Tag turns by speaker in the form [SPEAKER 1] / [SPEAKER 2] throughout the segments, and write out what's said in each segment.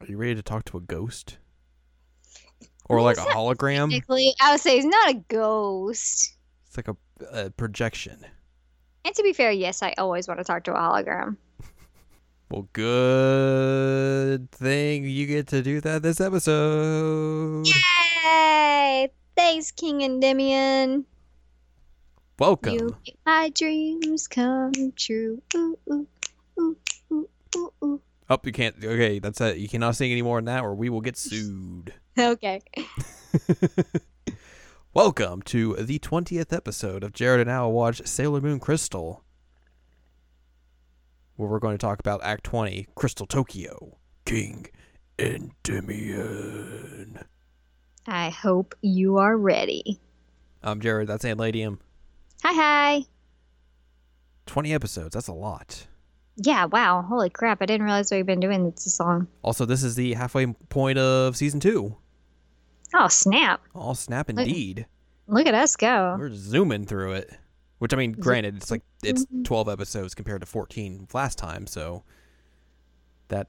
[SPEAKER 1] Are you ready to talk to a ghost? Or like a
[SPEAKER 2] Who's that?
[SPEAKER 1] hologram?
[SPEAKER 2] Technically, I would say he's not a ghost.
[SPEAKER 1] It's like a, a projection.
[SPEAKER 2] And to be fair, yes, I always want to talk to a hologram.
[SPEAKER 1] Well, good thing you get to do that this episode.
[SPEAKER 2] Yay! Thanks, King Endymion.
[SPEAKER 1] Welcome.
[SPEAKER 2] You make my dreams come true. Ooh, ooh, ooh, ooh, ooh, ooh.
[SPEAKER 1] Oh, you can't. Okay, that's it. You cannot sing any more than that, or we will get sued.
[SPEAKER 2] Okay.
[SPEAKER 1] Welcome to the 20th episode of Jared and Al Watch Sailor Moon Crystal, where we're going to talk about Act 20 Crystal Tokyo, King Endymion.
[SPEAKER 2] I hope you are ready.
[SPEAKER 1] I'm Jared, that's Aunt Ladium.
[SPEAKER 2] Hi, hi.
[SPEAKER 1] 20 episodes, that's a lot.
[SPEAKER 2] Yeah, wow. Holy crap. I didn't realize we've been doing this this long.
[SPEAKER 1] Also, this is the halfway point of season two.
[SPEAKER 2] Oh, snap.
[SPEAKER 1] All snap
[SPEAKER 2] Like-
[SPEAKER 1] indeed.
[SPEAKER 2] Look at us go.
[SPEAKER 1] We're zooming through it. Which I mean, granted, it's like it's
[SPEAKER 2] Mm-hmm.
[SPEAKER 1] twelve episodes compared to fourteen last time, so that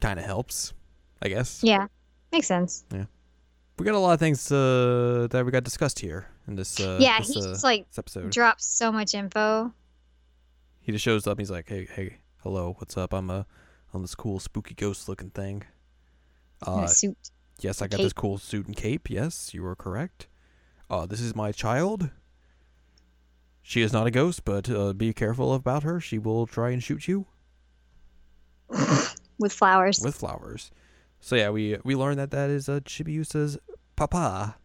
[SPEAKER 1] kind of helps, I guess.
[SPEAKER 2] Yeah, makes sense.
[SPEAKER 1] We got a lot of things uh, that we got discussed here in this. Uh,
[SPEAKER 2] yeah,
[SPEAKER 1] this,
[SPEAKER 2] he
[SPEAKER 1] uh,
[SPEAKER 2] just like
[SPEAKER 1] this episode.
[SPEAKER 2] drops so much info.
[SPEAKER 1] he just shows up. and He's like, "Hey, hey, hello, what's up? I'm uh, on this cool spooky ghost looking thing.
[SPEAKER 2] in
[SPEAKER 1] Uh,
[SPEAKER 2] a suit.
[SPEAKER 1] yes, I got
[SPEAKER 2] cape.
[SPEAKER 1] this cool suit and cape. Yes, you were correct. Uh, this is my child. She is not a ghost, but uh, be careful about her. She will try and shoot you."
[SPEAKER 2] with flowers.
[SPEAKER 1] with flowers. So yeah, we we learned that that is uh, Chibiusa's papa,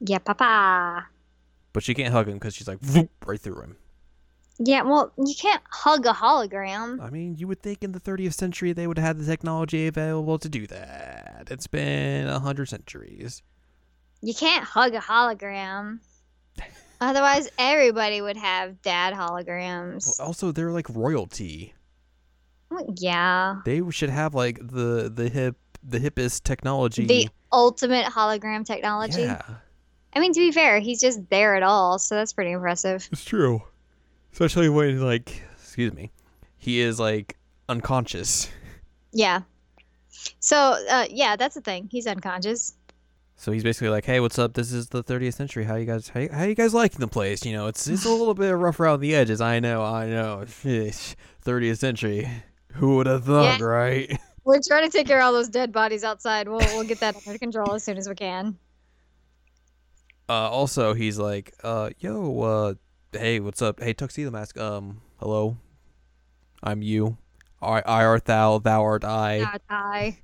[SPEAKER 2] yeah, papa.
[SPEAKER 1] but she can't hug him because she's like "Voop," right through him.
[SPEAKER 2] Yeah, well, you can't hug a hologram.
[SPEAKER 1] I mean, you would think in the 30th century they would have had the technology available to do that. It's been a hundred centuries.
[SPEAKER 2] You can't hug a hologram. Otherwise, everybody would have dad holograms.
[SPEAKER 1] Well, also, they're like royalty.
[SPEAKER 2] Well, yeah.
[SPEAKER 1] They should have like the the hip the hippest technology.
[SPEAKER 2] The ultimate hologram technology.
[SPEAKER 1] yeah,
[SPEAKER 2] I mean, to be fair, he's just there at all, so that's pretty impressive.
[SPEAKER 1] it's true. Especially when like, excuse me, he is like unconscious.
[SPEAKER 2] Yeah. So, uh, yeah, that's the thing. He's unconscious.
[SPEAKER 1] So he's basically like, "Hey, what's up? This is the 30th century. How you guys? How, how you guys liking the place? You know, it's it's a little bit rough around the edges. I know, I know. Sheesh. 30th century. Who would have thought,
[SPEAKER 2] Yeah.
[SPEAKER 1] right?
[SPEAKER 2] We're trying to take care of all those dead bodies outside. We'll, we'll get that under control as soon as we can.
[SPEAKER 1] Uh, also, he's like, uh, "Yo, uh, hey, what's up? Hey, tuxedo mask. Um, hello, I'm you. I, I art thou. Thou art I.
[SPEAKER 2] God, I.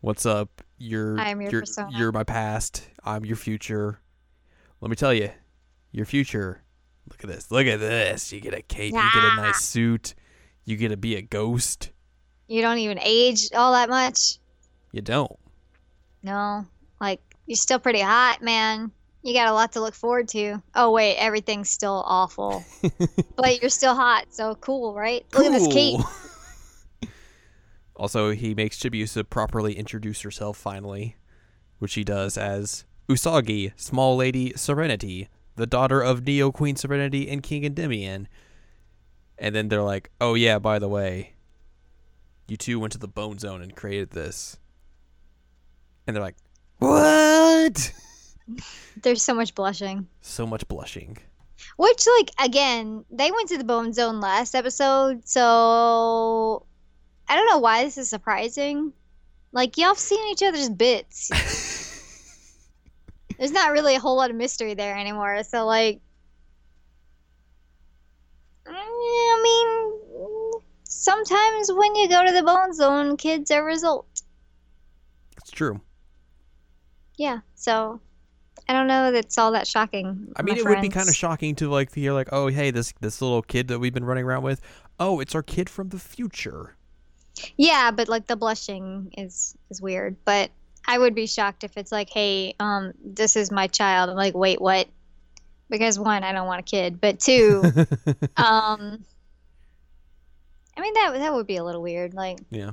[SPEAKER 1] What's up? You're
[SPEAKER 2] I am your
[SPEAKER 1] you're,
[SPEAKER 2] persona.
[SPEAKER 1] you're my past. I'm your future. Let me tell you, your future. Look at this. Look at this. You get a cape. You get a nice suit. You get to be a ghost.
[SPEAKER 2] You don't even age all that much.
[SPEAKER 1] You don't.
[SPEAKER 2] No, like you're still pretty hot, man. You got a lot to look forward to. Oh wait, everything's still awful, but you're still hot, so cool, right? Look at this cape.
[SPEAKER 1] Cool. also, he makes Chibiusa properly introduce herself finally, which she does as Usagi, small lady Serenity, the daughter of Neo Queen Serenity and King Endymion. And then they're like, "Oh yeah, by the way, you two went to the Bone Zone and created this." And they're like, "What?"
[SPEAKER 2] There's so much blushing.
[SPEAKER 1] So much blushing.
[SPEAKER 2] Which, like, again, they went to the Bone Zone last episode, so I don't know why this is surprising. Like, y'all have seen each other's bits. There's not really a whole lot of mystery there anymore, so, like, mm, I mean, sometimes when you go to the Bone Zone, kids are result.
[SPEAKER 1] It's true.
[SPEAKER 2] Yeah, so I don't know that's all that shocking.
[SPEAKER 1] I
[SPEAKER 2] my
[SPEAKER 1] mean, it would be
[SPEAKER 2] friends.
[SPEAKER 1] kind of shocking to like hear like, oh, hey, this this little kid that we've been running around with, oh, it's our kid from the future.
[SPEAKER 2] Yeah, but like the blushing is is weird. But I would be shocked if it's like, hey, um, this is my child. I'm like, wait, what? Because one, I don't want a kid, but two, um, I mean that that would be a little weird, like
[SPEAKER 1] yeah,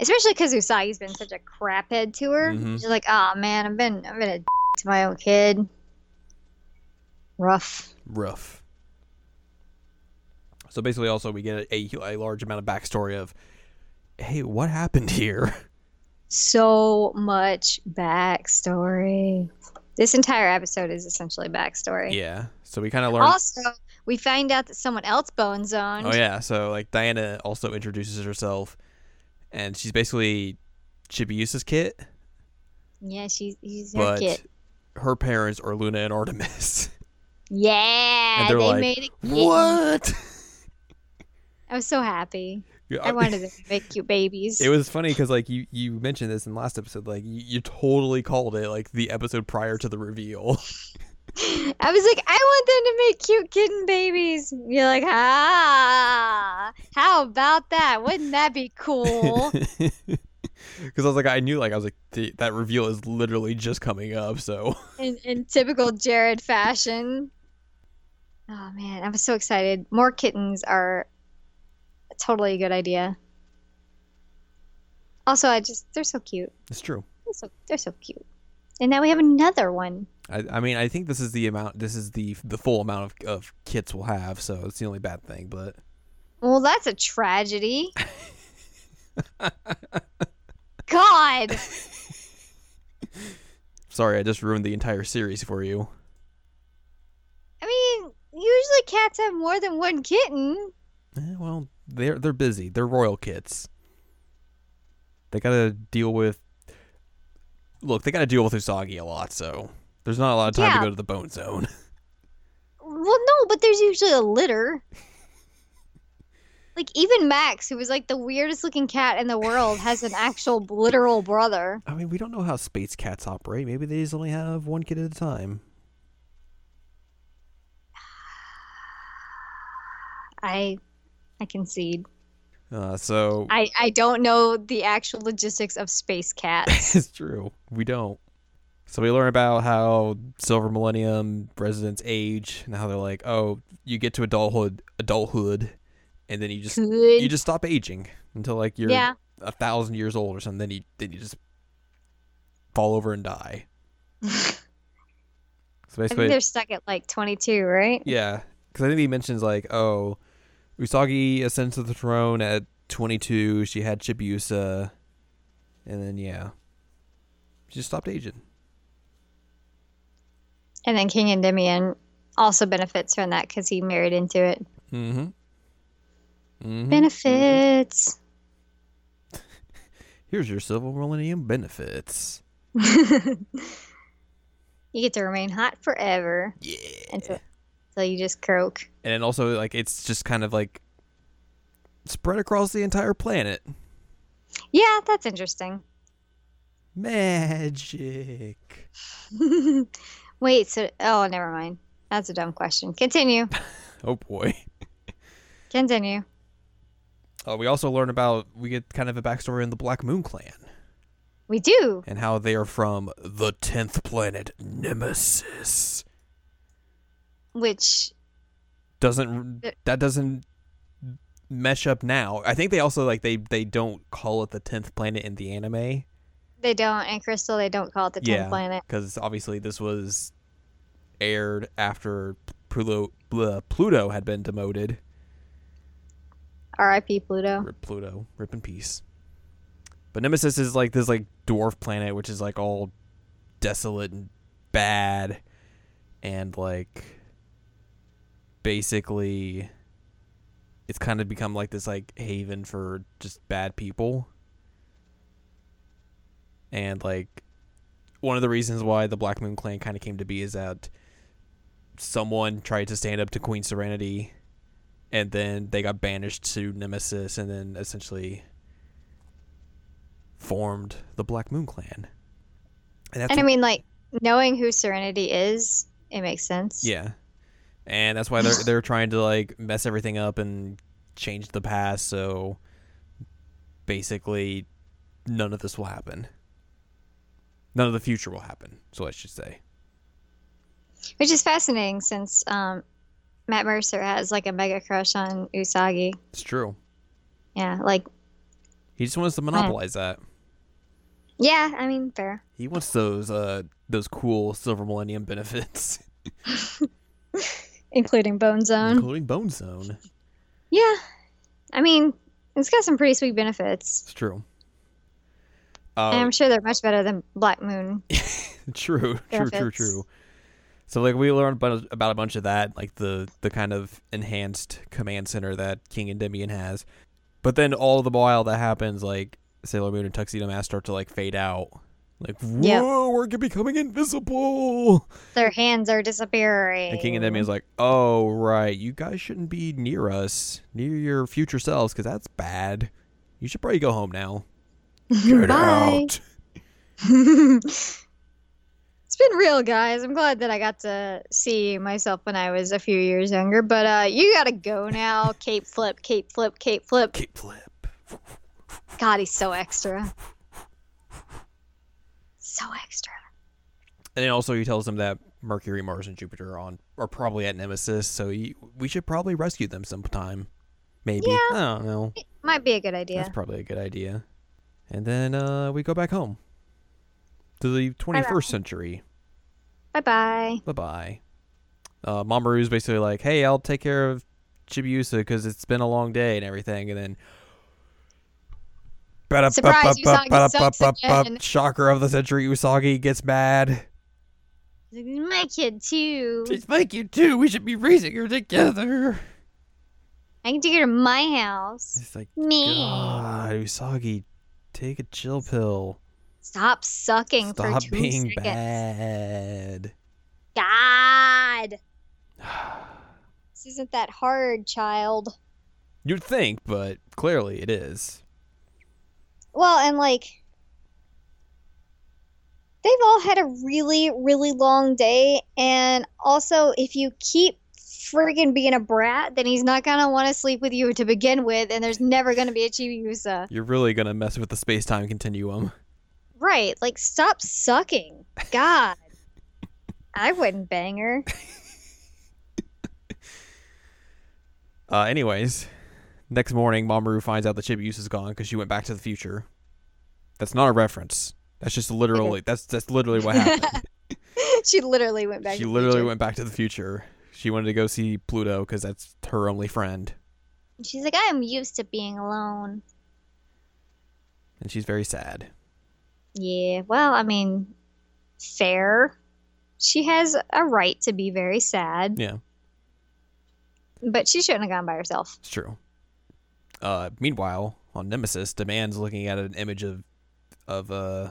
[SPEAKER 2] especially because Usagi's been such a craphead to her.
[SPEAKER 1] Mhm.
[SPEAKER 2] She's like, oh man, I've been I've been a d- to my own kid. Rough.
[SPEAKER 1] rough. So basically, also we get a, a large amount of backstory of, hey, what happened here?
[SPEAKER 2] So much backstory. This entire episode is essentially backstory.
[SPEAKER 1] Yeah. So we kind of learned.
[SPEAKER 2] Also, we find out that someone else bone zoned.
[SPEAKER 1] Oh yeah, so like Diana also introduces herself, and she's basically Chibiusa's kit,
[SPEAKER 2] Yeah, she's he's her
[SPEAKER 1] but
[SPEAKER 2] kid.
[SPEAKER 1] her parents are Luna and Artemis.
[SPEAKER 2] Yeah,
[SPEAKER 1] and they're
[SPEAKER 2] they
[SPEAKER 1] like,
[SPEAKER 2] made a kitten.
[SPEAKER 1] what?
[SPEAKER 2] I was so happy.
[SPEAKER 1] Yeah,
[SPEAKER 2] I wanted them to make cute babies.
[SPEAKER 1] Uh, It was funny because like you you mentioned this in last episode, like you, you totally called it like the episode prior to the reveal.
[SPEAKER 2] I was like, I want them to make cute kitten babies. You're like, ah, how about that? Wouldn't that be cool?
[SPEAKER 1] Because I was like, I knew like I was like "Th- that reveal is literally just coming up, so
[SPEAKER 2] in, in typical Jared fashion. Oh man, I was so excited. More kittens are a totally a good idea. Also, I just they're so cute.
[SPEAKER 1] it's true.
[SPEAKER 2] They're so, they're so cute. And now we have another one.
[SPEAKER 1] I, I mean, I think this is the amount. This is the the full amount of of kits we'll have. So it's the only bad thing, but
[SPEAKER 2] Well, that's a tragedy. God.
[SPEAKER 1] sorry, I just ruined the entire series for you.
[SPEAKER 2] I mean, usually cats have more than one kitten.
[SPEAKER 1] Eh, well, they're they're busy. They're royal kits. They gotta deal with. Look, they gotta deal with Usagi a lot, so there's not a lot of time
[SPEAKER 2] Yeah.
[SPEAKER 1] to go to the bone zone.
[SPEAKER 2] Well, no, but there's usually a litter. like even Max, who was like the weirdest looking cat in the world, has an actual literal brother.
[SPEAKER 1] I mean, we don't know how space cats operate. Maybe they just only have one kid at a time.
[SPEAKER 2] I, I concede.
[SPEAKER 1] Uh, so
[SPEAKER 2] I I don't know the actual logistics of space cats.
[SPEAKER 1] it's true. We don't. So we learn about how Silver Millennium residents age and how they're like, oh, you get to adulthood, adulthood, and then you just
[SPEAKER 2] Could
[SPEAKER 1] you just stop aging until like you're
[SPEAKER 2] Yeah.
[SPEAKER 1] a thousand years old or something. Then you then you just fall over and die. so
[SPEAKER 2] I think
[SPEAKER 1] basically,
[SPEAKER 2] they're stuck at like 22, right?
[SPEAKER 1] yeah, because I think he mentions like, oh, Usagi ascends to the throne at 22. She had Chibiusa, and then yeah, she just stopped aging.
[SPEAKER 2] And then King Endymion also benefits from that because he married into it.
[SPEAKER 1] Mm-hmm. hmm
[SPEAKER 2] Benefits.
[SPEAKER 1] Here's your silver millennium benefits.
[SPEAKER 2] You get to remain hot forever
[SPEAKER 1] Yeah.
[SPEAKER 2] until, until you just croak.
[SPEAKER 1] and then also like it's just kind of like spread across the entire planet.
[SPEAKER 2] Yeah, that's interesting.
[SPEAKER 1] Magic.
[SPEAKER 2] Wait, so oh, never mind. That's a dumb question. Continue.
[SPEAKER 1] Oh boy.
[SPEAKER 2] Continue.
[SPEAKER 1] Uh, we also learn about we get kind of a backstory on the Black Moon Clan
[SPEAKER 2] We do.
[SPEAKER 1] and how they are from the tenth planet Nemesis.
[SPEAKER 2] Which
[SPEAKER 1] Doesn't that doesn't mesh up now? I think they also like they they don't call it the tenth planet in the anime.
[SPEAKER 2] they don't. And Crystal, they don't call it the tenth
[SPEAKER 1] Yeah.
[SPEAKER 2] planet.
[SPEAKER 1] because obviously this was aired after Pluto blah, Pluto had been demoted.
[SPEAKER 2] R.I.P. Pluto.
[SPEAKER 1] Rip Pluto, rip in peace. But Nemesis is like this like dwarf planet, which is like all desolate and bad, and like basically, it's kind of become like this like haven for just bad people. And like one of the reasons why the Black Moon Clan kind of came to be is that someone tried to stand up to Queen Serenity and then they got banished to Nemesis and then essentially formed the Black Moon Clan. And that's
[SPEAKER 2] And I mean, like knowing who Serenity is, it makes sense.
[SPEAKER 1] yeah. And that's why they're they're trying to like mess everything up and change the past so basically none of this will happen. None of the future will happen, so I should say.
[SPEAKER 2] Which is fascinating since um, Matt Mercer has like a mega crush on Usagi.
[SPEAKER 1] It's true.
[SPEAKER 2] Yeah. Like
[SPEAKER 1] He just wants to monopolize that.
[SPEAKER 2] yeah. I mean, fair.
[SPEAKER 1] He wants those uh those cool silver millennium benefits.
[SPEAKER 2] Including Bone Zone.
[SPEAKER 1] including Bone Zone.
[SPEAKER 2] Yeah. I mean, It's got some pretty sweet benefits.
[SPEAKER 1] It's true.
[SPEAKER 2] and
[SPEAKER 1] Uh,
[SPEAKER 2] I'm sure they're much better than Black Moon.
[SPEAKER 1] true, true, true,
[SPEAKER 2] benefits.
[SPEAKER 1] true. So like we learned about, about a bunch of that, like the the kind of enhanced command center that King Endymion has. But then all the while that happens, like Sailor Moon and Tuxedo Mask start to like fade out. Like whoa,
[SPEAKER 2] Yep.
[SPEAKER 1] we're becoming invisible.
[SPEAKER 2] Their hands are disappearing.
[SPEAKER 1] And King Endymion is like, oh right, you guys shouldn't be near us, near your future selves, because that's bad. You should probably go home now. Get
[SPEAKER 2] Bye.
[SPEAKER 1] out.
[SPEAKER 2] it's been real, guys. I'm glad that I got to see myself when I was a few years younger. But uh, you gotta go now. cape flip, cape flip, cape flip.
[SPEAKER 1] Kick flip.
[SPEAKER 2] God, he's so extra. So extra.
[SPEAKER 1] And then also he tells them that Mercury, Mars, and Jupiter are on are probably at Nemesis, so you, we should probably rescue them sometime. Maybe
[SPEAKER 2] Yeah.
[SPEAKER 1] I don't know.
[SPEAKER 2] Might be a good idea.
[SPEAKER 1] That's probably a good idea. And then uh, we go back home to the 21st century.
[SPEAKER 2] Bye bye.
[SPEAKER 1] Bye bye. Uh, Mamoru's basically like, "Hey, I'll take care of Chibiusa because it's been a long day and everything." And then.
[SPEAKER 2] Surprise, Usagi sucks again.
[SPEAKER 1] Shocker of the century, Usagi gets mad.
[SPEAKER 2] My kid too.
[SPEAKER 1] like you too. We should be raising her together.
[SPEAKER 2] I can take her to my house.
[SPEAKER 1] It's like,
[SPEAKER 2] Me.
[SPEAKER 1] God, Usagi, take a chill pill.
[SPEAKER 2] Stop sucking
[SPEAKER 1] Stop
[SPEAKER 2] for two
[SPEAKER 1] being
[SPEAKER 2] seconds.
[SPEAKER 1] bad.
[SPEAKER 2] God. This isn't that hard, child.
[SPEAKER 1] You'd think, but clearly it is.
[SPEAKER 2] Well, and like they've all had a really, really long day, and also if you keep friggin' being a brat, then he's not gonna want to sleep with you to begin with, and there's never gonna be a Chibiusa.
[SPEAKER 1] You're really gonna mess with the space time continuum.
[SPEAKER 2] Right? Like, stop sucking. God, I wouldn't bang her.
[SPEAKER 1] Uh, anyways, next morning, Mamoru finds out that Chibiusa is gone because she went back to the future. That's not a reference. That's just literally. That's that's literally what happened.
[SPEAKER 2] she literally went back.
[SPEAKER 1] she
[SPEAKER 2] to the
[SPEAKER 1] literally
[SPEAKER 2] future.
[SPEAKER 1] went back to the future. She wanted to go see Pluto because that's her only friend,
[SPEAKER 2] She's like, I'm used to being alone.
[SPEAKER 1] and she's very sad.
[SPEAKER 2] Yeah, well, I mean, fair. She has a right to be very sad.
[SPEAKER 1] Yeah.
[SPEAKER 2] But she shouldn't have gone by herself.
[SPEAKER 1] It's true. Uh, meanwhile, on Nemesis, Demand's looking at an image of of uh,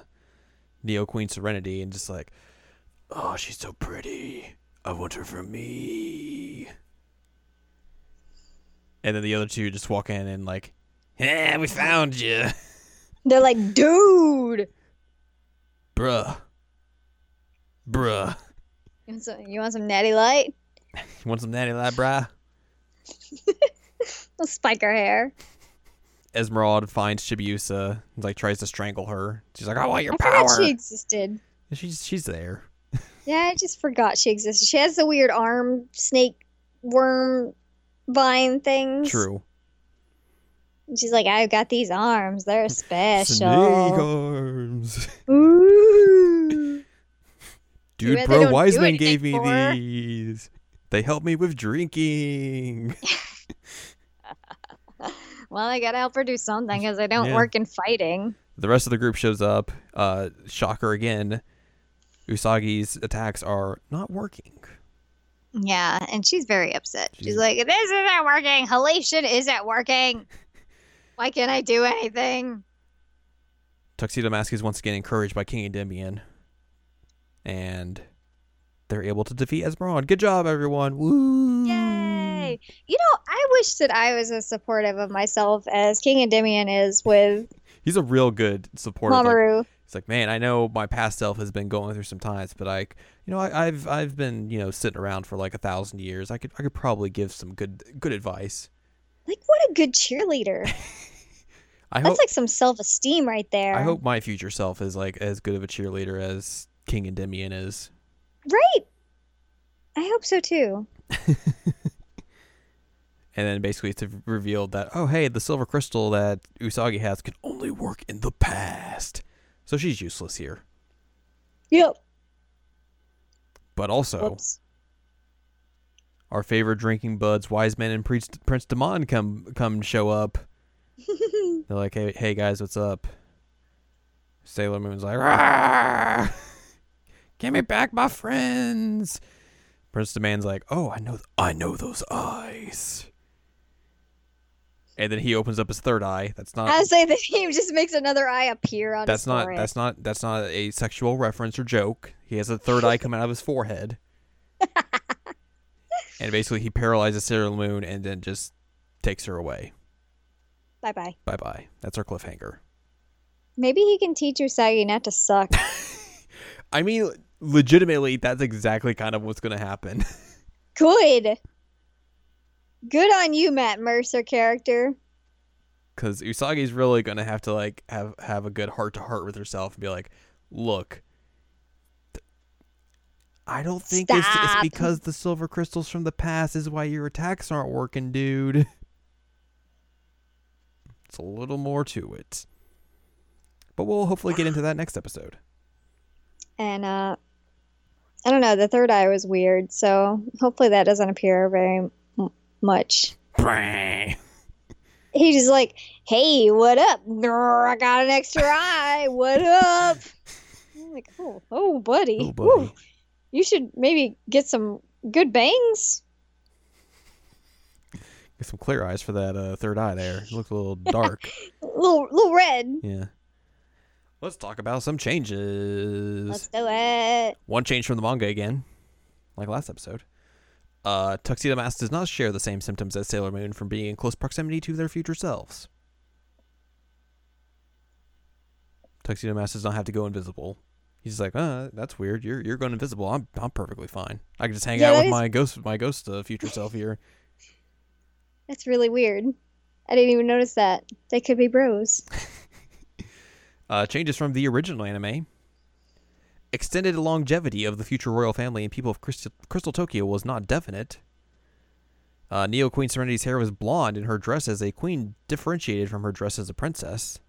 [SPEAKER 1] Neo Queen Serenity and just like, oh, she's so pretty. I want her for me. And then the other two just walk in and like, yeah, we found you,
[SPEAKER 2] They're like, dude.
[SPEAKER 1] bruh, bruh.
[SPEAKER 2] You want some, you want some natty light?
[SPEAKER 1] You want some natty light, bruh?
[SPEAKER 2] We'll spike her hair.
[SPEAKER 1] Esmeralda finds Chibiusa, and, like tries to strangle her. She's like, I want your
[SPEAKER 2] I
[SPEAKER 1] power.
[SPEAKER 2] forgot she existed.
[SPEAKER 1] And she's she's there.
[SPEAKER 2] Yeah, I just forgot she existed. She has the weird arm snake worm vine things.
[SPEAKER 1] True.
[SPEAKER 2] And She's like, I've got these arms. They're
[SPEAKER 1] Snake
[SPEAKER 2] special.
[SPEAKER 1] arms.
[SPEAKER 2] Ooh.
[SPEAKER 1] Dude,
[SPEAKER 2] bet they don't
[SPEAKER 1] bro,
[SPEAKER 2] do
[SPEAKER 1] Wiseman
[SPEAKER 2] anything
[SPEAKER 1] gave me
[SPEAKER 2] for her.
[SPEAKER 1] these. They help me with drinking.
[SPEAKER 2] Well, I gotta help her do something because I don't
[SPEAKER 1] Yeah.
[SPEAKER 2] work in fighting.
[SPEAKER 1] The rest of the group shows up. Uh, shocker again. Usagi's attacks are not working.
[SPEAKER 2] Yeah, and she's very upset. She's,
[SPEAKER 1] She's-
[SPEAKER 2] like, "This isn't working. Halation isn't working. Why can't I do anything?"
[SPEAKER 1] Tuxedo Mask is once again encouraged by King Endymion. And they're able to defeat Esmeron. Good job, everyone. Woo!
[SPEAKER 2] Yay! You know, I wish that I was as supportive of myself as King Endymion is with
[SPEAKER 1] He's a real good supporter.
[SPEAKER 2] Mamoru.
[SPEAKER 1] It's like, man, I know my past self has been going through some times, but I, you know, I, I've I've been you know sitting around for like a thousand years. I could I could probably give some good good advice.
[SPEAKER 2] like, what a good cheerleader.
[SPEAKER 1] I hope
[SPEAKER 2] That's like some self-esteem right there.
[SPEAKER 1] I hope my future self is like as good of a cheerleader as King Endymion is.
[SPEAKER 2] Right. I hope so too.
[SPEAKER 1] And then basically it's revealed that oh hey the silver crystal that Usagi has can only work in the past, so she's useless here.
[SPEAKER 2] Yep.
[SPEAKER 1] But also
[SPEAKER 2] Whoops.
[SPEAKER 1] our favorite drinking buds, Wise Man and Prince Prince Damon come come show up. They're like, hey, hey guys, what's up? Sailor Moon's like, "Rah! give me back my friends. Prince Demand's like, oh, I know, I know those eyes. And then he opens up his third eye. That's not.
[SPEAKER 2] I would say that he just makes another eye appear on
[SPEAKER 1] uh, that's
[SPEAKER 2] his
[SPEAKER 1] not.
[SPEAKER 2] forehead.
[SPEAKER 1] That's not. That's not a sexual reference or joke. He has a third eye coming out of his forehead. and basically, he paralyzes Sailor Moon and then just takes her away.
[SPEAKER 2] Bye bye.
[SPEAKER 1] Bye bye. That's our cliffhanger.
[SPEAKER 2] Maybe he can teach Usagi not to suck.
[SPEAKER 1] I mean, legitimately, that's exactly kind of what's going to happen.
[SPEAKER 2] Good. Good on you, Matt Mercer character.
[SPEAKER 1] because Usagi's really gonna have to like have have a good heart to heart with herself and be like, look, th- I don't think it's, it's
[SPEAKER 2] Stop.
[SPEAKER 1] because the silver crystals from the past is why your attacks aren't working, dude. It's a little more to it, but we'll hopefully get into that next episode.
[SPEAKER 2] And uh I don't know, the third eye was weird, so hopefully that doesn't appear very m- much. He's just like, "Hey, what up? Grr, I got an extra eye. What up?" I'm like, "Oh, oh, buddy.
[SPEAKER 1] Oh,
[SPEAKER 2] Woo.
[SPEAKER 1] buddy.
[SPEAKER 2] you should maybe get some good bangs."
[SPEAKER 1] Get some clear eyes for that uh, third eye there. It looks a little dark.
[SPEAKER 2] Little, little red.
[SPEAKER 1] yeah. Let's talk about some changes.
[SPEAKER 2] Let's do it.
[SPEAKER 1] One change from the manga again, like last episode. Uh, Tuxedo Mask does not share the same symptoms as Sailor Moon from being in close proximity to their future selves. Tuxedo Mask does not have to go invisible. He's like, uh, that's weird. You're you're going invisible. I'm I'm perfectly fine. I can just hang
[SPEAKER 2] Yeah,
[SPEAKER 1] out
[SPEAKER 2] that
[SPEAKER 1] with
[SPEAKER 2] is-
[SPEAKER 1] my ghost my ghost uh, future self here.
[SPEAKER 2] That's really weird. I didn't even notice that. They could be bros.
[SPEAKER 1] Uh, changes from the original anime. Extended longevity of the future royal family and people of Crystal, Crystal Tokyo was not definite. Uh, Neo Queen Serenity's hair was blonde, and her dress as a queen differentiated from her dress as a princess.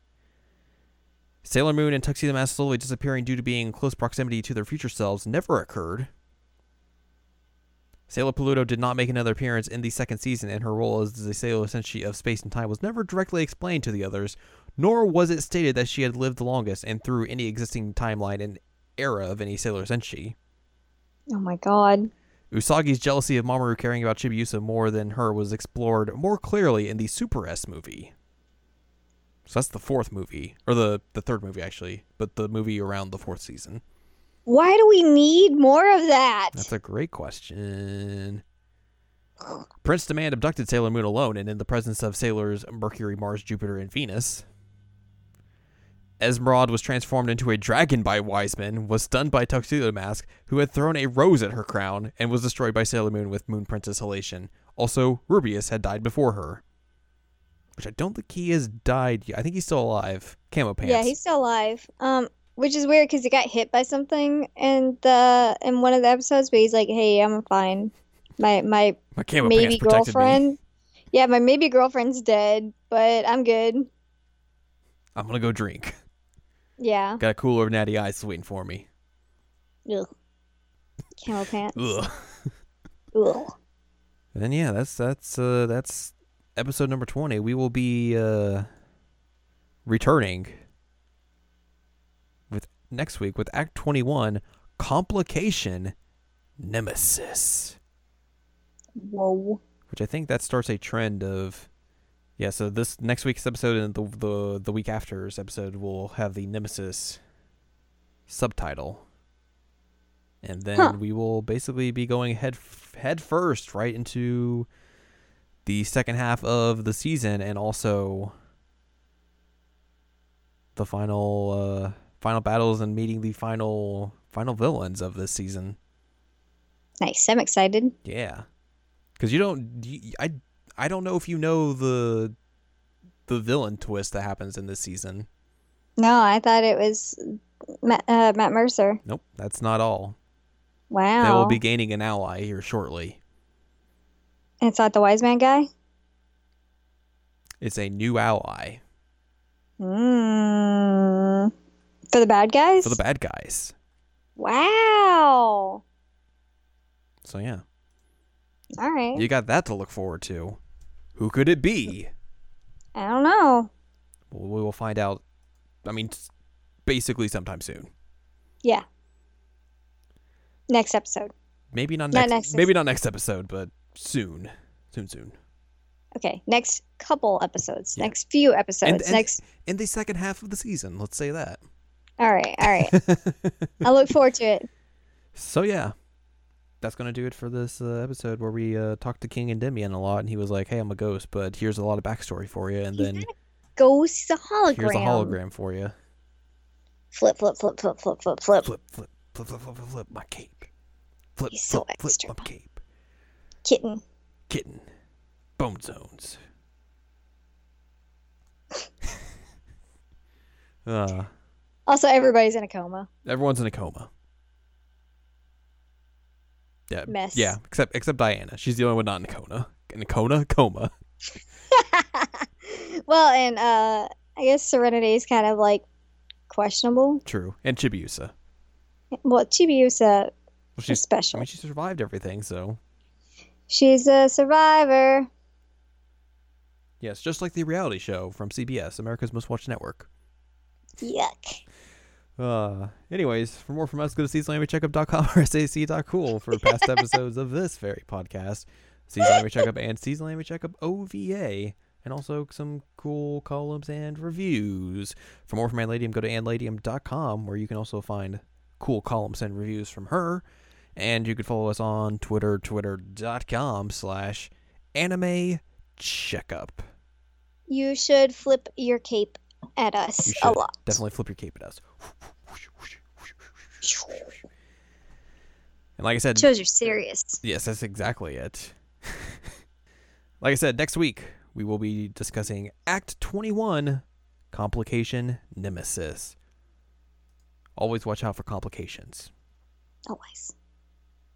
[SPEAKER 1] Sailor Moon and Tuxedo Mask slowly disappearing due to being in close proximity to their future selves never occurred. Sailor Pluto did not make another appearance in the second season, and her role as the Sailor Senshi of Space and Time was never directly explained to the others, nor was it stated that she had lived the longest and through any existing timeline and era of any Sailor Senshi.
[SPEAKER 2] Oh my god.
[SPEAKER 1] Usagi's jealousy of Mamoru caring about Chibiusa more than her was explored more clearly in the Super S movie. So that's the fourth movie, or the, the third movie actually, but the movie around the fourth season.
[SPEAKER 2] Why do we need more of that?
[SPEAKER 1] That's a great question. Prince Demand abducted Sailor Moon alone and in the presence of sailors Mercury, Mars, Jupiter, and Venus. Esmeralda was transformed into a dragon by Wiseman, was stunned by Tuxedo Mask, who had thrown a rose at her crown, and was destroyed by Sailor Moon with Moon Princess Halation. Also, Rubius had died before her. Which I don't think he has died yet. I think he's still alive. Camo pants.
[SPEAKER 2] Yeah, he's still alive. Um, which is weird because he got hit by something in the in one of the episodes, but he's like, "Hey, I'm fine. My my
[SPEAKER 1] My camo pants
[SPEAKER 2] maybe
[SPEAKER 1] protected me.
[SPEAKER 2] girlfriend. Yeah, my maybe girlfriend's dead, but I'm good.
[SPEAKER 1] I'm gonna go drink.
[SPEAKER 2] Yeah.
[SPEAKER 1] Got a cooler of natty ice waiting for me.
[SPEAKER 2] Ugh. Camel pants.
[SPEAKER 1] Ugh.
[SPEAKER 2] Ugh.
[SPEAKER 1] And then yeah, that's that's uh that's episode number twenty. We will be uh returning with next week with Act twenty one, complication nemesis.
[SPEAKER 2] Whoa.
[SPEAKER 1] Which I think that starts a trend of yeah, so this next week's episode and the the the week after's episode will have the nemesis subtitle. And then
[SPEAKER 2] Huh.
[SPEAKER 1] we will basically be going head f- head first right into the second half of the season and also the final uh final battles and meeting the final final villains of this season.
[SPEAKER 2] Nice. I'm excited.
[SPEAKER 1] Yeah, because you don't. You, I I don't know if you know the the villain twist that happens in this season.
[SPEAKER 2] No, I thought it was Matt, uh, Matt Mercer.
[SPEAKER 1] Nope, that's not all.
[SPEAKER 2] Wow.
[SPEAKER 1] They will be gaining an ally here shortly.
[SPEAKER 2] And it's not the wise man guy.
[SPEAKER 1] It's a new ally
[SPEAKER 2] Mm. For the bad guys.
[SPEAKER 1] for the bad guys.
[SPEAKER 2] Wow.
[SPEAKER 1] So yeah,
[SPEAKER 2] All right.
[SPEAKER 1] you got that to look forward to. Who could it be?
[SPEAKER 2] I don't know.
[SPEAKER 1] Well, we will find out. I mean, s- basically sometime soon.
[SPEAKER 2] Yeah. Next episode.
[SPEAKER 1] Maybe not
[SPEAKER 2] Not
[SPEAKER 1] next.
[SPEAKER 2] next
[SPEAKER 1] maybe not next episode, but soon, soon, soon.
[SPEAKER 2] Okay. Next couple episodes.
[SPEAKER 1] Yeah.
[SPEAKER 2] Next few episodes.
[SPEAKER 1] and-
[SPEAKER 2] next.
[SPEAKER 1] In the second half of the season, let's say that.
[SPEAKER 2] All right. All right. I look forward to it.
[SPEAKER 1] So yeah, that's gonna do it for this uh, episode where we uh, talked to King and Demian a lot, and he was like, "Hey, I'm a ghost, but here's a lot of backstory for you, and
[SPEAKER 2] He's
[SPEAKER 1] then
[SPEAKER 2] Ghost the hologram.
[SPEAKER 1] here's a hologram for you."
[SPEAKER 2] Flip, flip, flip, flip, flip, flip, flip.
[SPEAKER 1] Flip, flip, flip, flip, flip, flip, flip my cape. Flip,
[SPEAKER 2] He's so
[SPEAKER 1] flip, flip
[SPEAKER 2] extra.
[SPEAKER 1] my cape.
[SPEAKER 2] Kitten.
[SPEAKER 1] Kitten, bone zones. uh,
[SPEAKER 2] Also, everybody's in a coma.
[SPEAKER 1] everyone's in a coma. Yeah,
[SPEAKER 2] Mess.
[SPEAKER 1] Yeah, except except Diana. She's the only one not in a coma. In a coma, coma.
[SPEAKER 2] well, and uh, I guess Serenity is kind of like questionable.
[SPEAKER 1] True, and Chibiusa.
[SPEAKER 2] Well, Chibiusa
[SPEAKER 1] Well,
[SPEAKER 2] is
[SPEAKER 1] she's. I
[SPEAKER 2] special.
[SPEAKER 1] mean, she survived everything, so
[SPEAKER 2] She's a survivor.
[SPEAKER 1] yes, just like the reality show from CBS, America's Most Watched Network.
[SPEAKER 2] Yuck.
[SPEAKER 1] Uh, anyways, for more from us, go to seasonalamicheckup.com or sac.cool for past episodes of this very podcast, Seasonal Checkup and Seasonal Anime Checkup OVA, and also some cool columns and reviews. For more from Ann Ladium, go to anladium.com where you can also find cool columns and reviews from her. And you can follow us on Twitter, twitter.com slash anime checkup.
[SPEAKER 2] You should flip your cape at us
[SPEAKER 1] You
[SPEAKER 2] a
[SPEAKER 1] should.
[SPEAKER 2] lot.
[SPEAKER 1] Definitely flip your cape at us. And like I said,
[SPEAKER 2] Shows you're serious.
[SPEAKER 1] Yes, that's exactly it. like I said, next week we will be discussing Act 21 Complication Nemesis. Always watch out for complications.
[SPEAKER 2] Always.